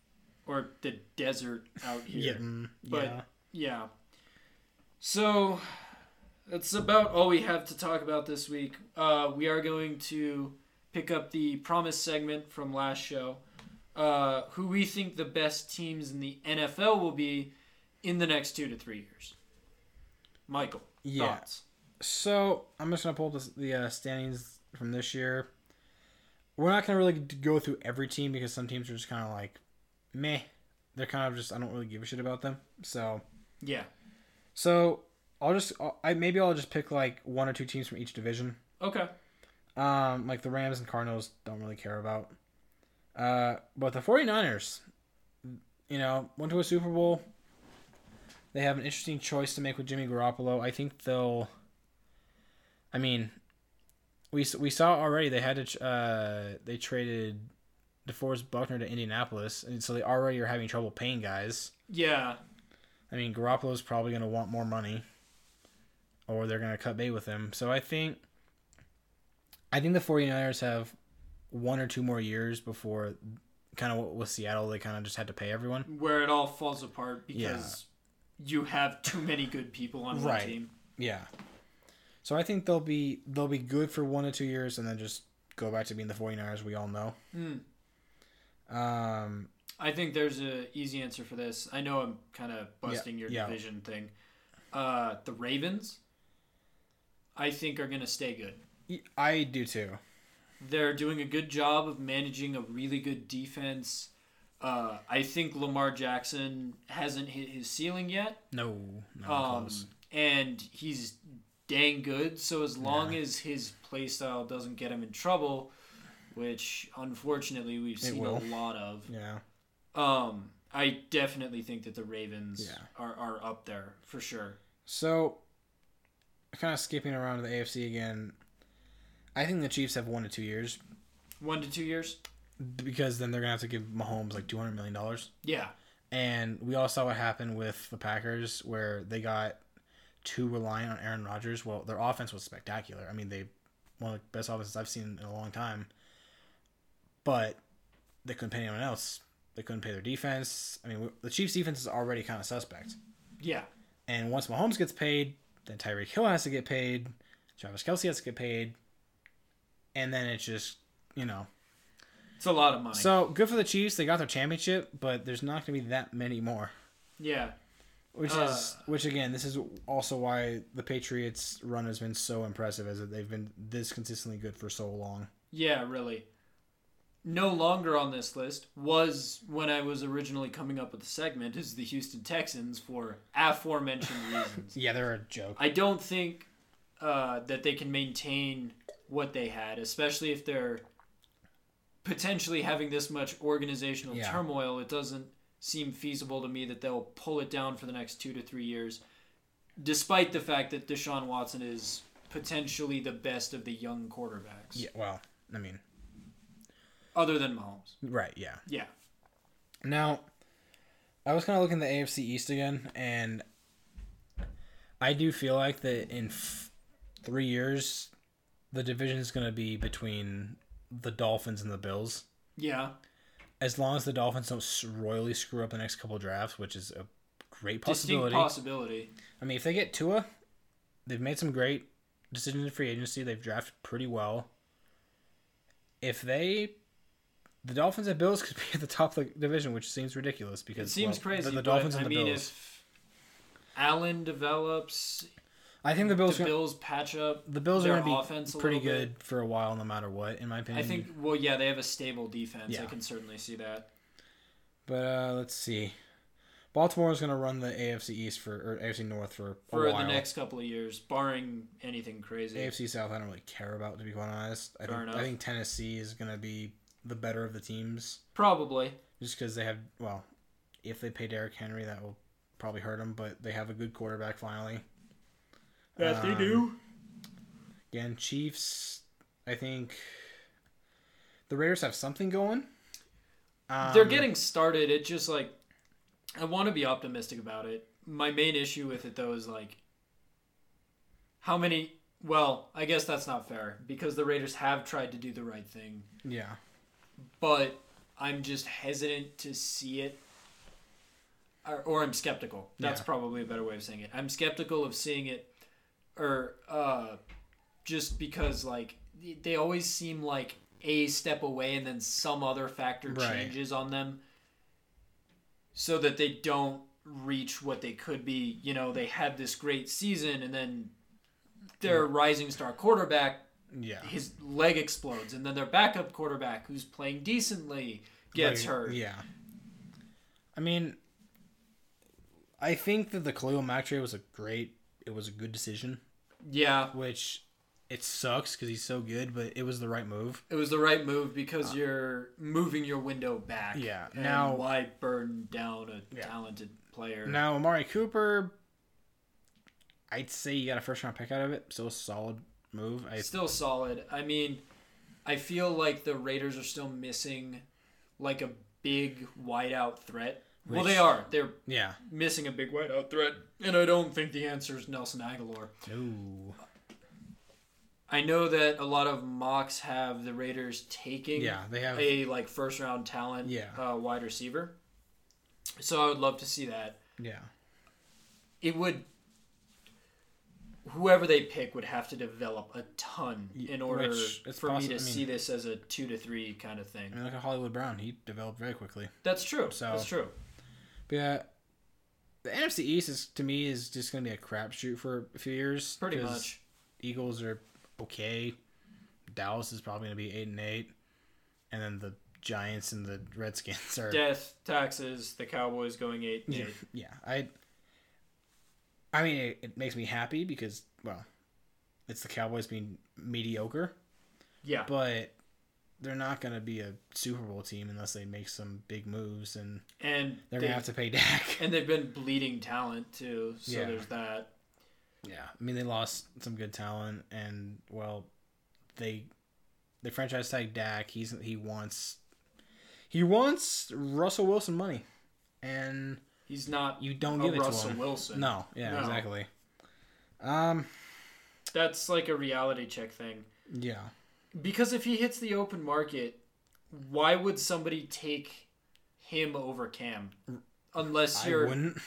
Speaker 1: or the desert out here.
Speaker 2: Yeah, mm,
Speaker 1: But-
Speaker 2: yeah.
Speaker 1: Yeah. So that's about all we have to talk about this week. Uh, we are going to pick up the promise segment from last show, uh, who we think the best teams in the NFL will be in the next two to three years. Michael,
Speaker 2: Yeah.
Speaker 1: thoughts?
Speaker 2: So I'm just gonna pull up this, the uh, standings from this year. We're not gonna really d- go through every team because some teams are just kind of like, meh. They're kind of just I don't really give a shit about them. So
Speaker 1: Yeah.
Speaker 2: so I'll just I'll- I maybe I'll just pick like one or two teams from each division.
Speaker 1: Okay.
Speaker 2: Um, like the Rams and Cardinals don't really care about. Uh, but the 49ers, you know, went to a Super Bowl. They have an interesting choice to make with Jimmy Garoppolo. I think they'll. I mean, we s- we saw already they had to tr- uh they traded DeForest Buckner to Indianapolis, and so they already are having trouble paying guys.
Speaker 1: Yeah.
Speaker 2: I mean, Garoppolo's probably going to want more money, or they're going to cut bait with him. So I think, I think the 49ers have one or two more years before kind of what with Seattle, they kind of just had to pay everyone.
Speaker 1: Where it all falls apart because you have too many good people on one
Speaker 2: Right.
Speaker 1: team.
Speaker 2: Yeah. So I think they'll be they'll be good for one or two years and then just go back to being the 49ers we all know.
Speaker 1: Hmm.
Speaker 2: Um
Speaker 1: I think there's a easy answer for this. I know I'm kind of busting your
Speaker 2: yeah.
Speaker 1: division thing, uh, the Ravens, I think are going to stay good.
Speaker 2: I do too.
Speaker 1: They're doing a good job of managing a really good defense. Uh, I think Lamar Jackson hasn't hit his ceiling yet,
Speaker 2: No, not
Speaker 1: um,
Speaker 2: Oh, close.
Speaker 1: and he's dang good. So as long as his play style doesn't get him in trouble, which unfortunately we've seen a
Speaker 2: will.
Speaker 1: lot of,
Speaker 2: Yeah,
Speaker 1: um, I definitely think that the Ravens
Speaker 2: Yeah.
Speaker 1: are, are up there for sure.
Speaker 2: So, kind of skipping around to the AFC again. I think the Chiefs have one to two years
Speaker 1: One to two years.
Speaker 2: because then they're gonna have to give Mahomes like two hundred million dollars.
Speaker 1: Yeah,
Speaker 2: And we all saw what happened with the Packers, where they got too reliant on Aaron Rodgers. Well, their offense was spectacular. I mean, they one of the best offenses I've seen in a long time. But they couldn't pay anyone else. They couldn't pay their defense. I mean, we- the Chiefs' defense is already kind of suspect.
Speaker 1: yeah,
Speaker 2: And once Mahomes gets paid, then Tyreek Hill has to get paid, Travis Kelsey has to get paid, and then it's just you know.
Speaker 1: it's a lot of money.
Speaker 2: So good for the Chiefs, they got their championship, but there's not going to be that many more.
Speaker 1: yeah,
Speaker 2: Which
Speaker 1: Uh.
Speaker 2: is which again, this is also why the Patriots' run has been so impressive, as that they've been this consistently good for so long.
Speaker 1: yeah, really. No longer on this list was when I was originally coming up with the segment is the Houston Texans for aforementioned reasons.
Speaker 2: Yeah, they're a joke.
Speaker 1: I don't think uh, that they can maintain what they had, especially if they're potentially having this much organizational
Speaker 2: Yeah.
Speaker 1: turmoil. It doesn't seem feasible to me that they'll pull it down for the next two to three years, despite the fact that Deshaun Watson is potentially the best of the young quarterbacks,
Speaker 2: Yeah, well, I mean,
Speaker 1: other than Mahomes.
Speaker 2: right? Yeah.
Speaker 1: Yeah.
Speaker 2: Now, I was kind of looking at the AFC East again, and I do feel like that in f- three years, the division is going to be between the Dolphins and the Bills.
Speaker 1: Yeah.
Speaker 2: As long as the Dolphins don't s- royally screw up the next couple drafts, which is a great
Speaker 1: Distinct
Speaker 2: possibility.
Speaker 1: possibility.
Speaker 2: I mean, if they get Tua, they've made some great decisions in free agency. They've drafted pretty well. If they, the Dolphins and Bills could be at the top of the division, which seems ridiculous because
Speaker 1: It seems
Speaker 2: well,
Speaker 1: crazy.
Speaker 2: The, the
Speaker 1: but,
Speaker 2: Dolphins
Speaker 1: I
Speaker 2: and the
Speaker 1: mean,
Speaker 2: Bills.
Speaker 1: if Allen develops,
Speaker 2: I think the
Speaker 1: the
Speaker 2: Bills. The,
Speaker 1: Bills patch up.
Speaker 2: the Bills
Speaker 1: their
Speaker 2: are going
Speaker 1: offense
Speaker 2: to
Speaker 1: a
Speaker 2: be pretty
Speaker 1: little
Speaker 2: good for a while, no matter what, in my
Speaker 1: I
Speaker 2: opinion.
Speaker 1: think. Well, yeah, they have a stable defense. I
Speaker 2: Yeah.
Speaker 1: can certainly see that.
Speaker 2: But uh, let's see. Baltimore is going to run the AFC East for or AFC North for
Speaker 1: for
Speaker 2: a while.
Speaker 1: the next couple of years, barring anything crazy.
Speaker 2: AFC South, I don't really care about to be quite honest. I
Speaker 1: Fair
Speaker 2: think,
Speaker 1: enough.
Speaker 2: I think Tennessee is going to be the better of the teams.
Speaker 1: Probably.
Speaker 2: just because they have well, if they pay Derrick Henry, that will probably hurt them. But they have a good quarterback finally.
Speaker 1: That
Speaker 2: they do. Again, Chiefs. I think the Raiders have something going. Um,
Speaker 1: They're getting started. It just like I want to be optimistic about it. My main issue with it though is like how many. Well, I guess that's not fair because the Raiders have tried to do the right thing,
Speaker 2: yeah.
Speaker 1: but I'm just hesitant to see it. Or, or I'm skeptical. That's
Speaker 2: Yeah.
Speaker 1: probably a better way of saying it. I'm skeptical of seeing it, or uh, just because like they always seem like a step away and then some other factor
Speaker 2: Right.
Speaker 1: changes on them, so that they don't reach what they could be. You know, they had this great season and then their rising star quarterback
Speaker 2: Yeah.
Speaker 1: his leg explodes, and then their backup quarterback, who's playing decently, gets
Speaker 2: Like,
Speaker 1: hurt.
Speaker 2: Yeah. I mean, I think that the Khalil Mack trade was a great. It was a good decision,
Speaker 1: Yeah,
Speaker 2: which it sucks because he's so good, but it was the right move.
Speaker 1: it was the right move because you're moving your window back.
Speaker 2: Uh, Yeah,
Speaker 1: and
Speaker 2: now-
Speaker 1: why burn down a
Speaker 2: Yeah.
Speaker 1: talented player?
Speaker 2: Now Amari Cooper, I'd say you got a first round pick out of it. Still a solid move. I
Speaker 1: Still solid. I mean, I feel like the Raiders are still missing like a big wideout threat. well,
Speaker 2: Which-
Speaker 1: they are. They're
Speaker 2: yeah.
Speaker 1: missing a big wideout threat, and I don't think the answer is Nelson Aguilar.
Speaker 2: Ooh.
Speaker 1: I know that a lot of mocks have the Raiders taking
Speaker 2: Yeah, they have.
Speaker 1: a like first round talent
Speaker 2: Yeah.
Speaker 1: uh, wide receiver. So I would love to see that.
Speaker 2: Yeah.
Speaker 1: It would whoever they pick would have to develop a ton in order
Speaker 2: which it's
Speaker 1: for me
Speaker 2: possi-
Speaker 1: to
Speaker 2: I mean-
Speaker 1: see this as a two to three kind of thing.
Speaker 2: I mean, look at Hollywood Brown. He developed very quickly.
Speaker 1: That's true.
Speaker 2: So-
Speaker 1: That's true.
Speaker 2: But yeah, the NFC East is to me is just going to be a crapshoot for a few years.
Speaker 1: Pretty
Speaker 2: 'cause
Speaker 1: much.
Speaker 2: Eagles are okay. Dallas is probably going to be eight and eight, and then the Giants and the Redskins are
Speaker 1: Death, taxes, the Cowboys going eight. and
Speaker 2: yeah,
Speaker 1: eight.
Speaker 2: yeah. I I mean, it, it makes me happy because well, it's the Cowboys being mediocre,
Speaker 1: Yeah.
Speaker 2: but they're not going to be a Super Bowl team unless they make some big moves, and
Speaker 1: And
Speaker 2: they're
Speaker 1: they,
Speaker 2: going to have to pay Dak.
Speaker 1: and they've been bleeding talent too. So
Speaker 2: Yeah.
Speaker 1: there's that.
Speaker 2: Yeah, I mean they lost some good talent, and well, they they franchise tag Dak. He's he wants he wants Russell Wilson money, and
Speaker 1: He's not
Speaker 2: you don't
Speaker 1: a
Speaker 2: give it
Speaker 1: Oh, Russell
Speaker 2: to him.
Speaker 1: Wilson.
Speaker 2: No, yeah,
Speaker 1: No.
Speaker 2: exactly. Um,
Speaker 1: That's like a reality check thing.
Speaker 2: yeah,
Speaker 1: Because if he hits the open market, why would somebody take him over Cam? Unless
Speaker 2: I
Speaker 1: you're
Speaker 2: wouldn't.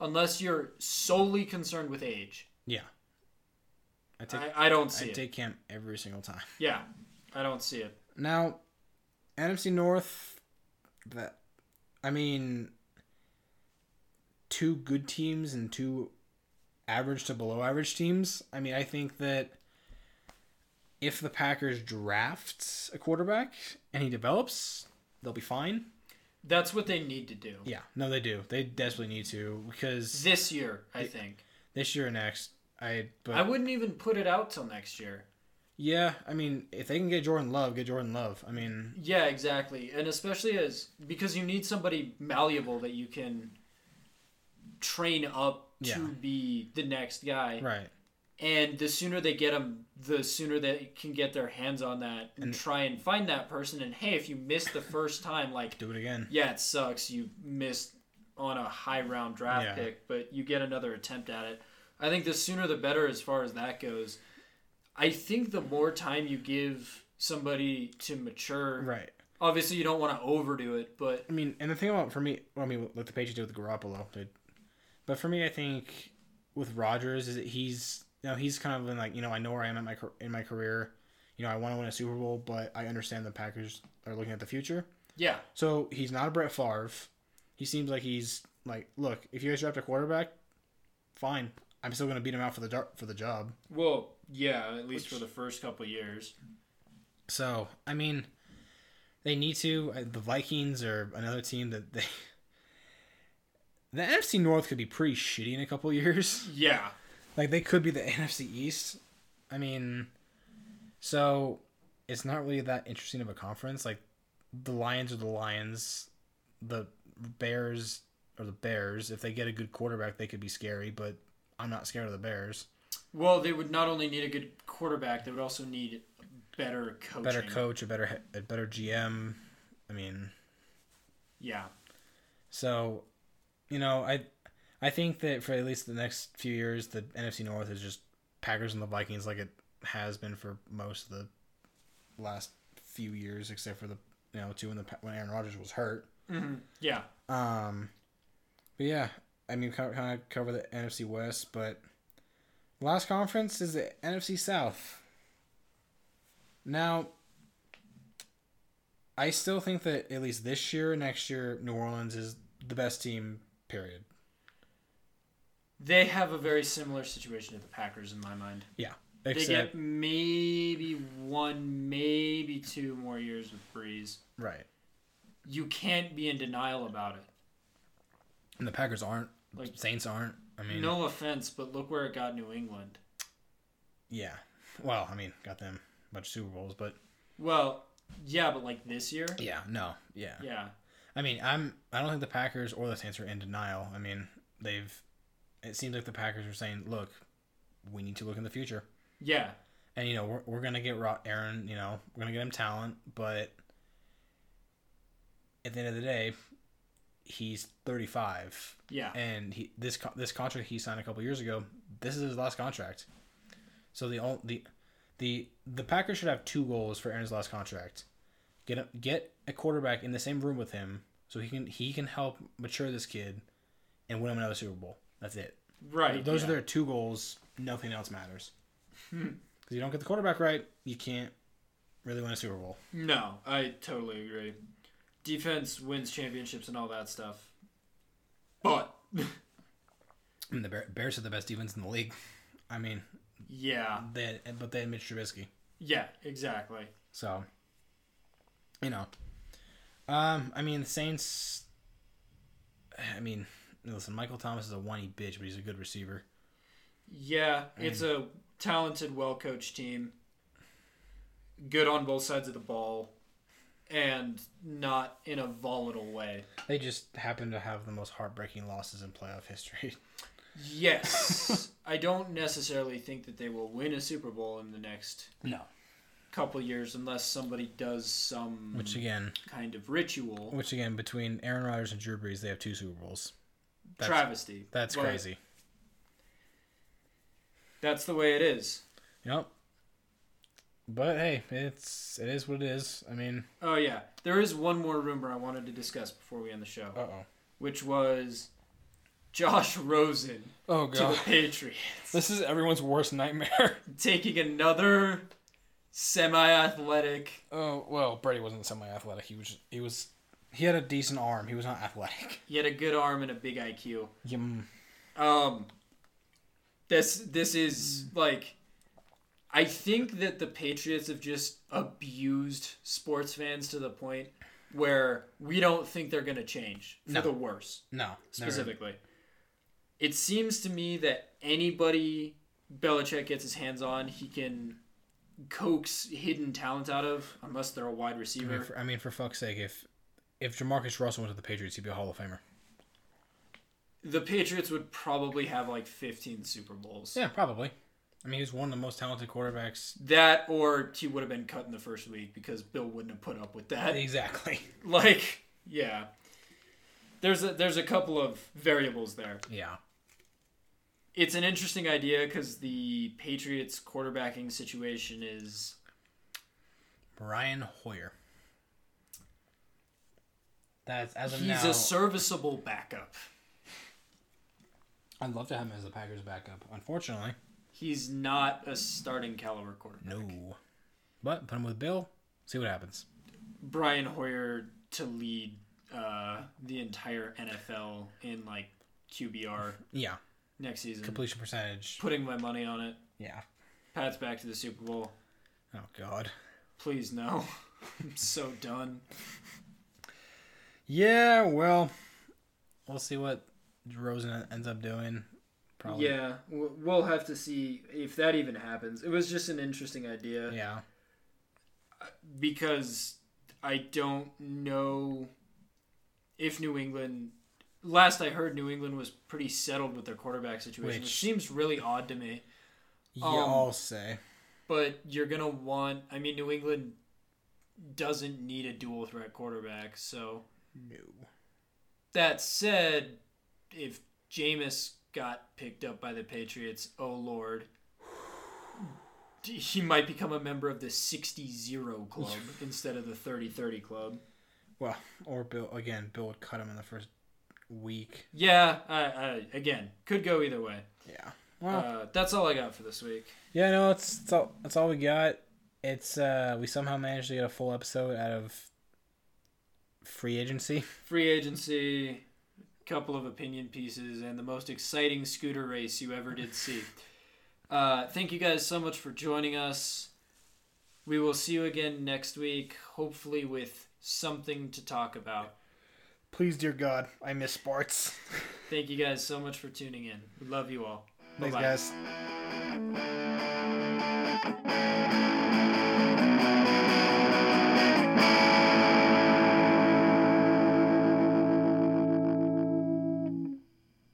Speaker 1: unless you're solely concerned with age.
Speaker 2: Yeah, I take
Speaker 1: I, I don't
Speaker 2: I
Speaker 1: see it.
Speaker 2: take Cam every single time.
Speaker 1: yeah. I don't see it.
Speaker 2: Now, NFC North, that I mean, two good teams and two average to below average teams. I mean, I think that if the Packers drafts a quarterback and he develops, they'll be fine.
Speaker 1: That's what they need to do.
Speaker 2: Yeah, no, they do. They desperately need to because
Speaker 1: This year, I think.
Speaker 2: this year or next, I but
Speaker 1: I wouldn't even put it out till next year.
Speaker 2: yeah, I mean, if they can get Jordan Love, get Jordan Love. I mean,
Speaker 1: Yeah, exactly. And especially as because you need somebody malleable that you can train up to
Speaker 2: Yeah.
Speaker 1: be the next guy.
Speaker 2: right.
Speaker 1: And the sooner they get them, the sooner they can get their hands on that and, try and find that person. And hey, if you missed the first time, like,
Speaker 2: Do it again.
Speaker 1: yeah, it sucks. You missed on a high round draft
Speaker 2: Yeah.
Speaker 1: pick, but you get another attempt at it. I think the sooner the better as far as that goes. I think the more time you give somebody to mature,
Speaker 2: Right.
Speaker 1: obviously you don't want to overdo it, but
Speaker 2: I mean, and the thing about for me, well, I mean, like the Patriots did with Garoppolo, but, but for me, I think with Rodgers is that he's you know he's kind of been like you know I know where I am in my car- in my career, you know I want to win a Super Bowl, but I understand the Packers are looking at the future.
Speaker 1: yeah,
Speaker 2: So he's not a Brett Favre. He seems like he's like, look, if you guys draft a quarterback, fine, I'm still gonna beat him out for the dar- for the job.
Speaker 1: well, yeah, at least for the first couple years.
Speaker 2: So I mean, they need to. Uh, The Vikings are another team that they. The NFC North could be pretty shitty in a couple years.
Speaker 1: Yeah,
Speaker 2: Like they could be the NFC East. I mean, so it's not really that interesting of a conference. Like the Lions are the Lions, the Bears are the Bears. If they get a good quarterback, they could be scary. But I'm not scared of the Bears.
Speaker 1: well, they would not only need a good quarterback, they would also need better coaching.
Speaker 2: Better coach, a better he- a better GM. I mean,
Speaker 1: Yeah,
Speaker 2: So, you know, I I think that for at least the next few years, the NFC North is just Packers and the Vikings, like it has been for most of the last few years, except for the you know two when the Pa- when Aaron Rodgers was hurt.
Speaker 1: Mm-hmm. yeah,
Speaker 2: Um, but yeah, I mean, kind of cover the NFC West, but last conference is the NFC South. Now, I still think that at least this year, next year, New Orleans is the best team. Period.
Speaker 1: they have a very similar situation to the Packers in my mind.
Speaker 2: Yeah,
Speaker 1: They
Speaker 2: except
Speaker 1: get maybe one, maybe two more years with Breeze.
Speaker 2: right,
Speaker 1: You can't be in denial about it.
Speaker 2: and the Packers aren't.
Speaker 1: Like-
Speaker 2: Saints aren't. I mean,
Speaker 1: No offense, but look where it got New England.
Speaker 2: yeah. Well, I mean, got them a bunch of Super Bowls, but
Speaker 1: Well, yeah, but like this year,
Speaker 2: yeah, no, yeah.
Speaker 1: yeah.
Speaker 2: I mean, I'm I don't think the Packers or the Saints are in denial. I mean, they've it seems like the Packers are saying, "Look, we need to look in the future."
Speaker 1: Yeah,
Speaker 2: And you know, we're we're going to get Ro- Aaron, you know, we're going to get him talent, but at the end of the day, he's 35
Speaker 1: yeah,
Speaker 2: and he this co- this contract he signed a couple years ago, this is his last contract. So the only the the the Packers should have two goals for Aaron's last contract. Get a, get a quarterback in the same room with him so he can he can help mature this kid and win him another Super Bowl. That's it.
Speaker 1: right.
Speaker 2: Those
Speaker 1: yeah. Hmm.
Speaker 2: are their two goals. Nothing else matters. Cuz you don't get the quarterback right, you can't really win a Super Bowl.
Speaker 1: No, I totally agree. Defense wins championships and all that stuff. But
Speaker 2: I mean, the Bear- Bears have the best defense in the league. I mean,
Speaker 1: Yeah.
Speaker 2: they had, but they had Mitch Trubisky,
Speaker 1: Yeah, exactly.
Speaker 2: so you know. Um, I mean the Saints. I mean, listen, Michael Thomas is a whiny bitch, but he's a good receiver.
Speaker 1: Yeah, it's a talented, well coached team. Good on both sides of the ball and not in a volatile way.
Speaker 2: They just happen to have the most heartbreaking losses in playoff history.
Speaker 1: Yes. I don't necessarily think that they will win a Super Bowl in the next
Speaker 2: No,
Speaker 1: couple years unless somebody does some
Speaker 2: which again,
Speaker 1: kind of ritual
Speaker 2: which again, between Aaron Rodgers and Drew Brees, they have two Super Bowls. That's,
Speaker 1: travesty.
Speaker 2: That's
Speaker 1: But
Speaker 2: crazy.
Speaker 1: That's the way it is.
Speaker 2: Yep. But hey, it's it is what it is. I mean,
Speaker 1: Oh yeah, there is one more rumor I wanted to discuss before we end the show,
Speaker 2: uh oh.
Speaker 1: which was Josh Rosen
Speaker 2: Oh
Speaker 1: to the Patriots
Speaker 2: this is everyone's worst nightmare.
Speaker 1: taking another semi-athletic.
Speaker 2: Oh well, Brady wasn't semi-athletic. He was he was he had a decent arm. He was not athletic.
Speaker 1: He had a good arm and a big IQ.
Speaker 2: Yum.
Speaker 1: Um, this this is like, I think that the Patriots have just abused sports fans to the point where we don't think they're gonna change for
Speaker 2: No.
Speaker 1: the worse.
Speaker 2: No, never.
Speaker 1: specifically. It seems to me that anybody Belichick gets his hands on, he can coax hidden talent out of, unless they're a wide
Speaker 2: I mean,
Speaker 1: receiver.
Speaker 2: for, I mean, for fuck's sake, if if Jamarcus Russell went to the Patriots, he'd be a Hall of Famer.
Speaker 1: The Patriots would probably have like 15 Super Bowls.
Speaker 2: Yeah, probably. I mean, he's one of the most talented quarterbacks.
Speaker 1: That or he would have been cut in the first week because Bill wouldn't have put up with that.
Speaker 2: Exactly.
Speaker 1: Like, yeah. There's a, there's a couple of variables there.
Speaker 2: Yeah.
Speaker 1: it's an interesting idea because the Patriots quarterbacking situation is
Speaker 2: Brian Hoyer. That's as of
Speaker 1: he's
Speaker 2: now.
Speaker 1: a serviceable backup.
Speaker 2: I'd love to have him as the Packers backup. Unfortunately,
Speaker 1: He's not a starting caliber quarterback.
Speaker 2: no. But put him with Bill. See what happens.
Speaker 1: Brian Hoyer to lead uh, the entire NFL in like QBR
Speaker 2: Yeah.
Speaker 1: next season.
Speaker 2: Completion percentage.
Speaker 1: Putting my money on it.
Speaker 2: Yeah.
Speaker 1: Pat's back to the Super Bowl.
Speaker 2: Oh God.
Speaker 1: Please no. I'm so done.
Speaker 2: Yeah. Well, we'll see what Rosen ends up doing. Probably.
Speaker 1: Yeah, w- we'll have to see if that even happens. It was just an interesting idea.
Speaker 2: Yeah.
Speaker 1: because I don't know if New England. Last I heard, New England was pretty settled with their quarterback situation, which,
Speaker 2: Which-
Speaker 1: seems really odd to me.
Speaker 2: Yeah.
Speaker 1: Um,
Speaker 2: I'll say.
Speaker 1: But you're gonna want. I mean, New England doesn't need a dual threat quarterback. So
Speaker 2: No.
Speaker 1: that said, if Jameis got picked up by the Patriots, oh lord. He might become a member of the 60-0 club instead of the 30-30 club.
Speaker 2: Well, or Bill again. Bill would cut him in the first week.
Speaker 1: Yeah, I, I, again, could go either way.
Speaker 2: Yeah. Well.
Speaker 1: Uh, that's all I got for this week.
Speaker 2: Yeah, no, it's that's all, that's all we got. It's uh we somehow managed to get a full episode out of free agency.
Speaker 1: Free agency, couple of opinion pieces, and the most exciting scooter race you ever did see. Uh, thank you guys so much for joining us. We will see you again next week, hopefully with something to talk about.
Speaker 2: Please, dear God, I miss sports.
Speaker 1: Thank you guys so much for tuning in. We love you all.
Speaker 2: Thanks,
Speaker 1: Bye-bye.
Speaker 2: guys.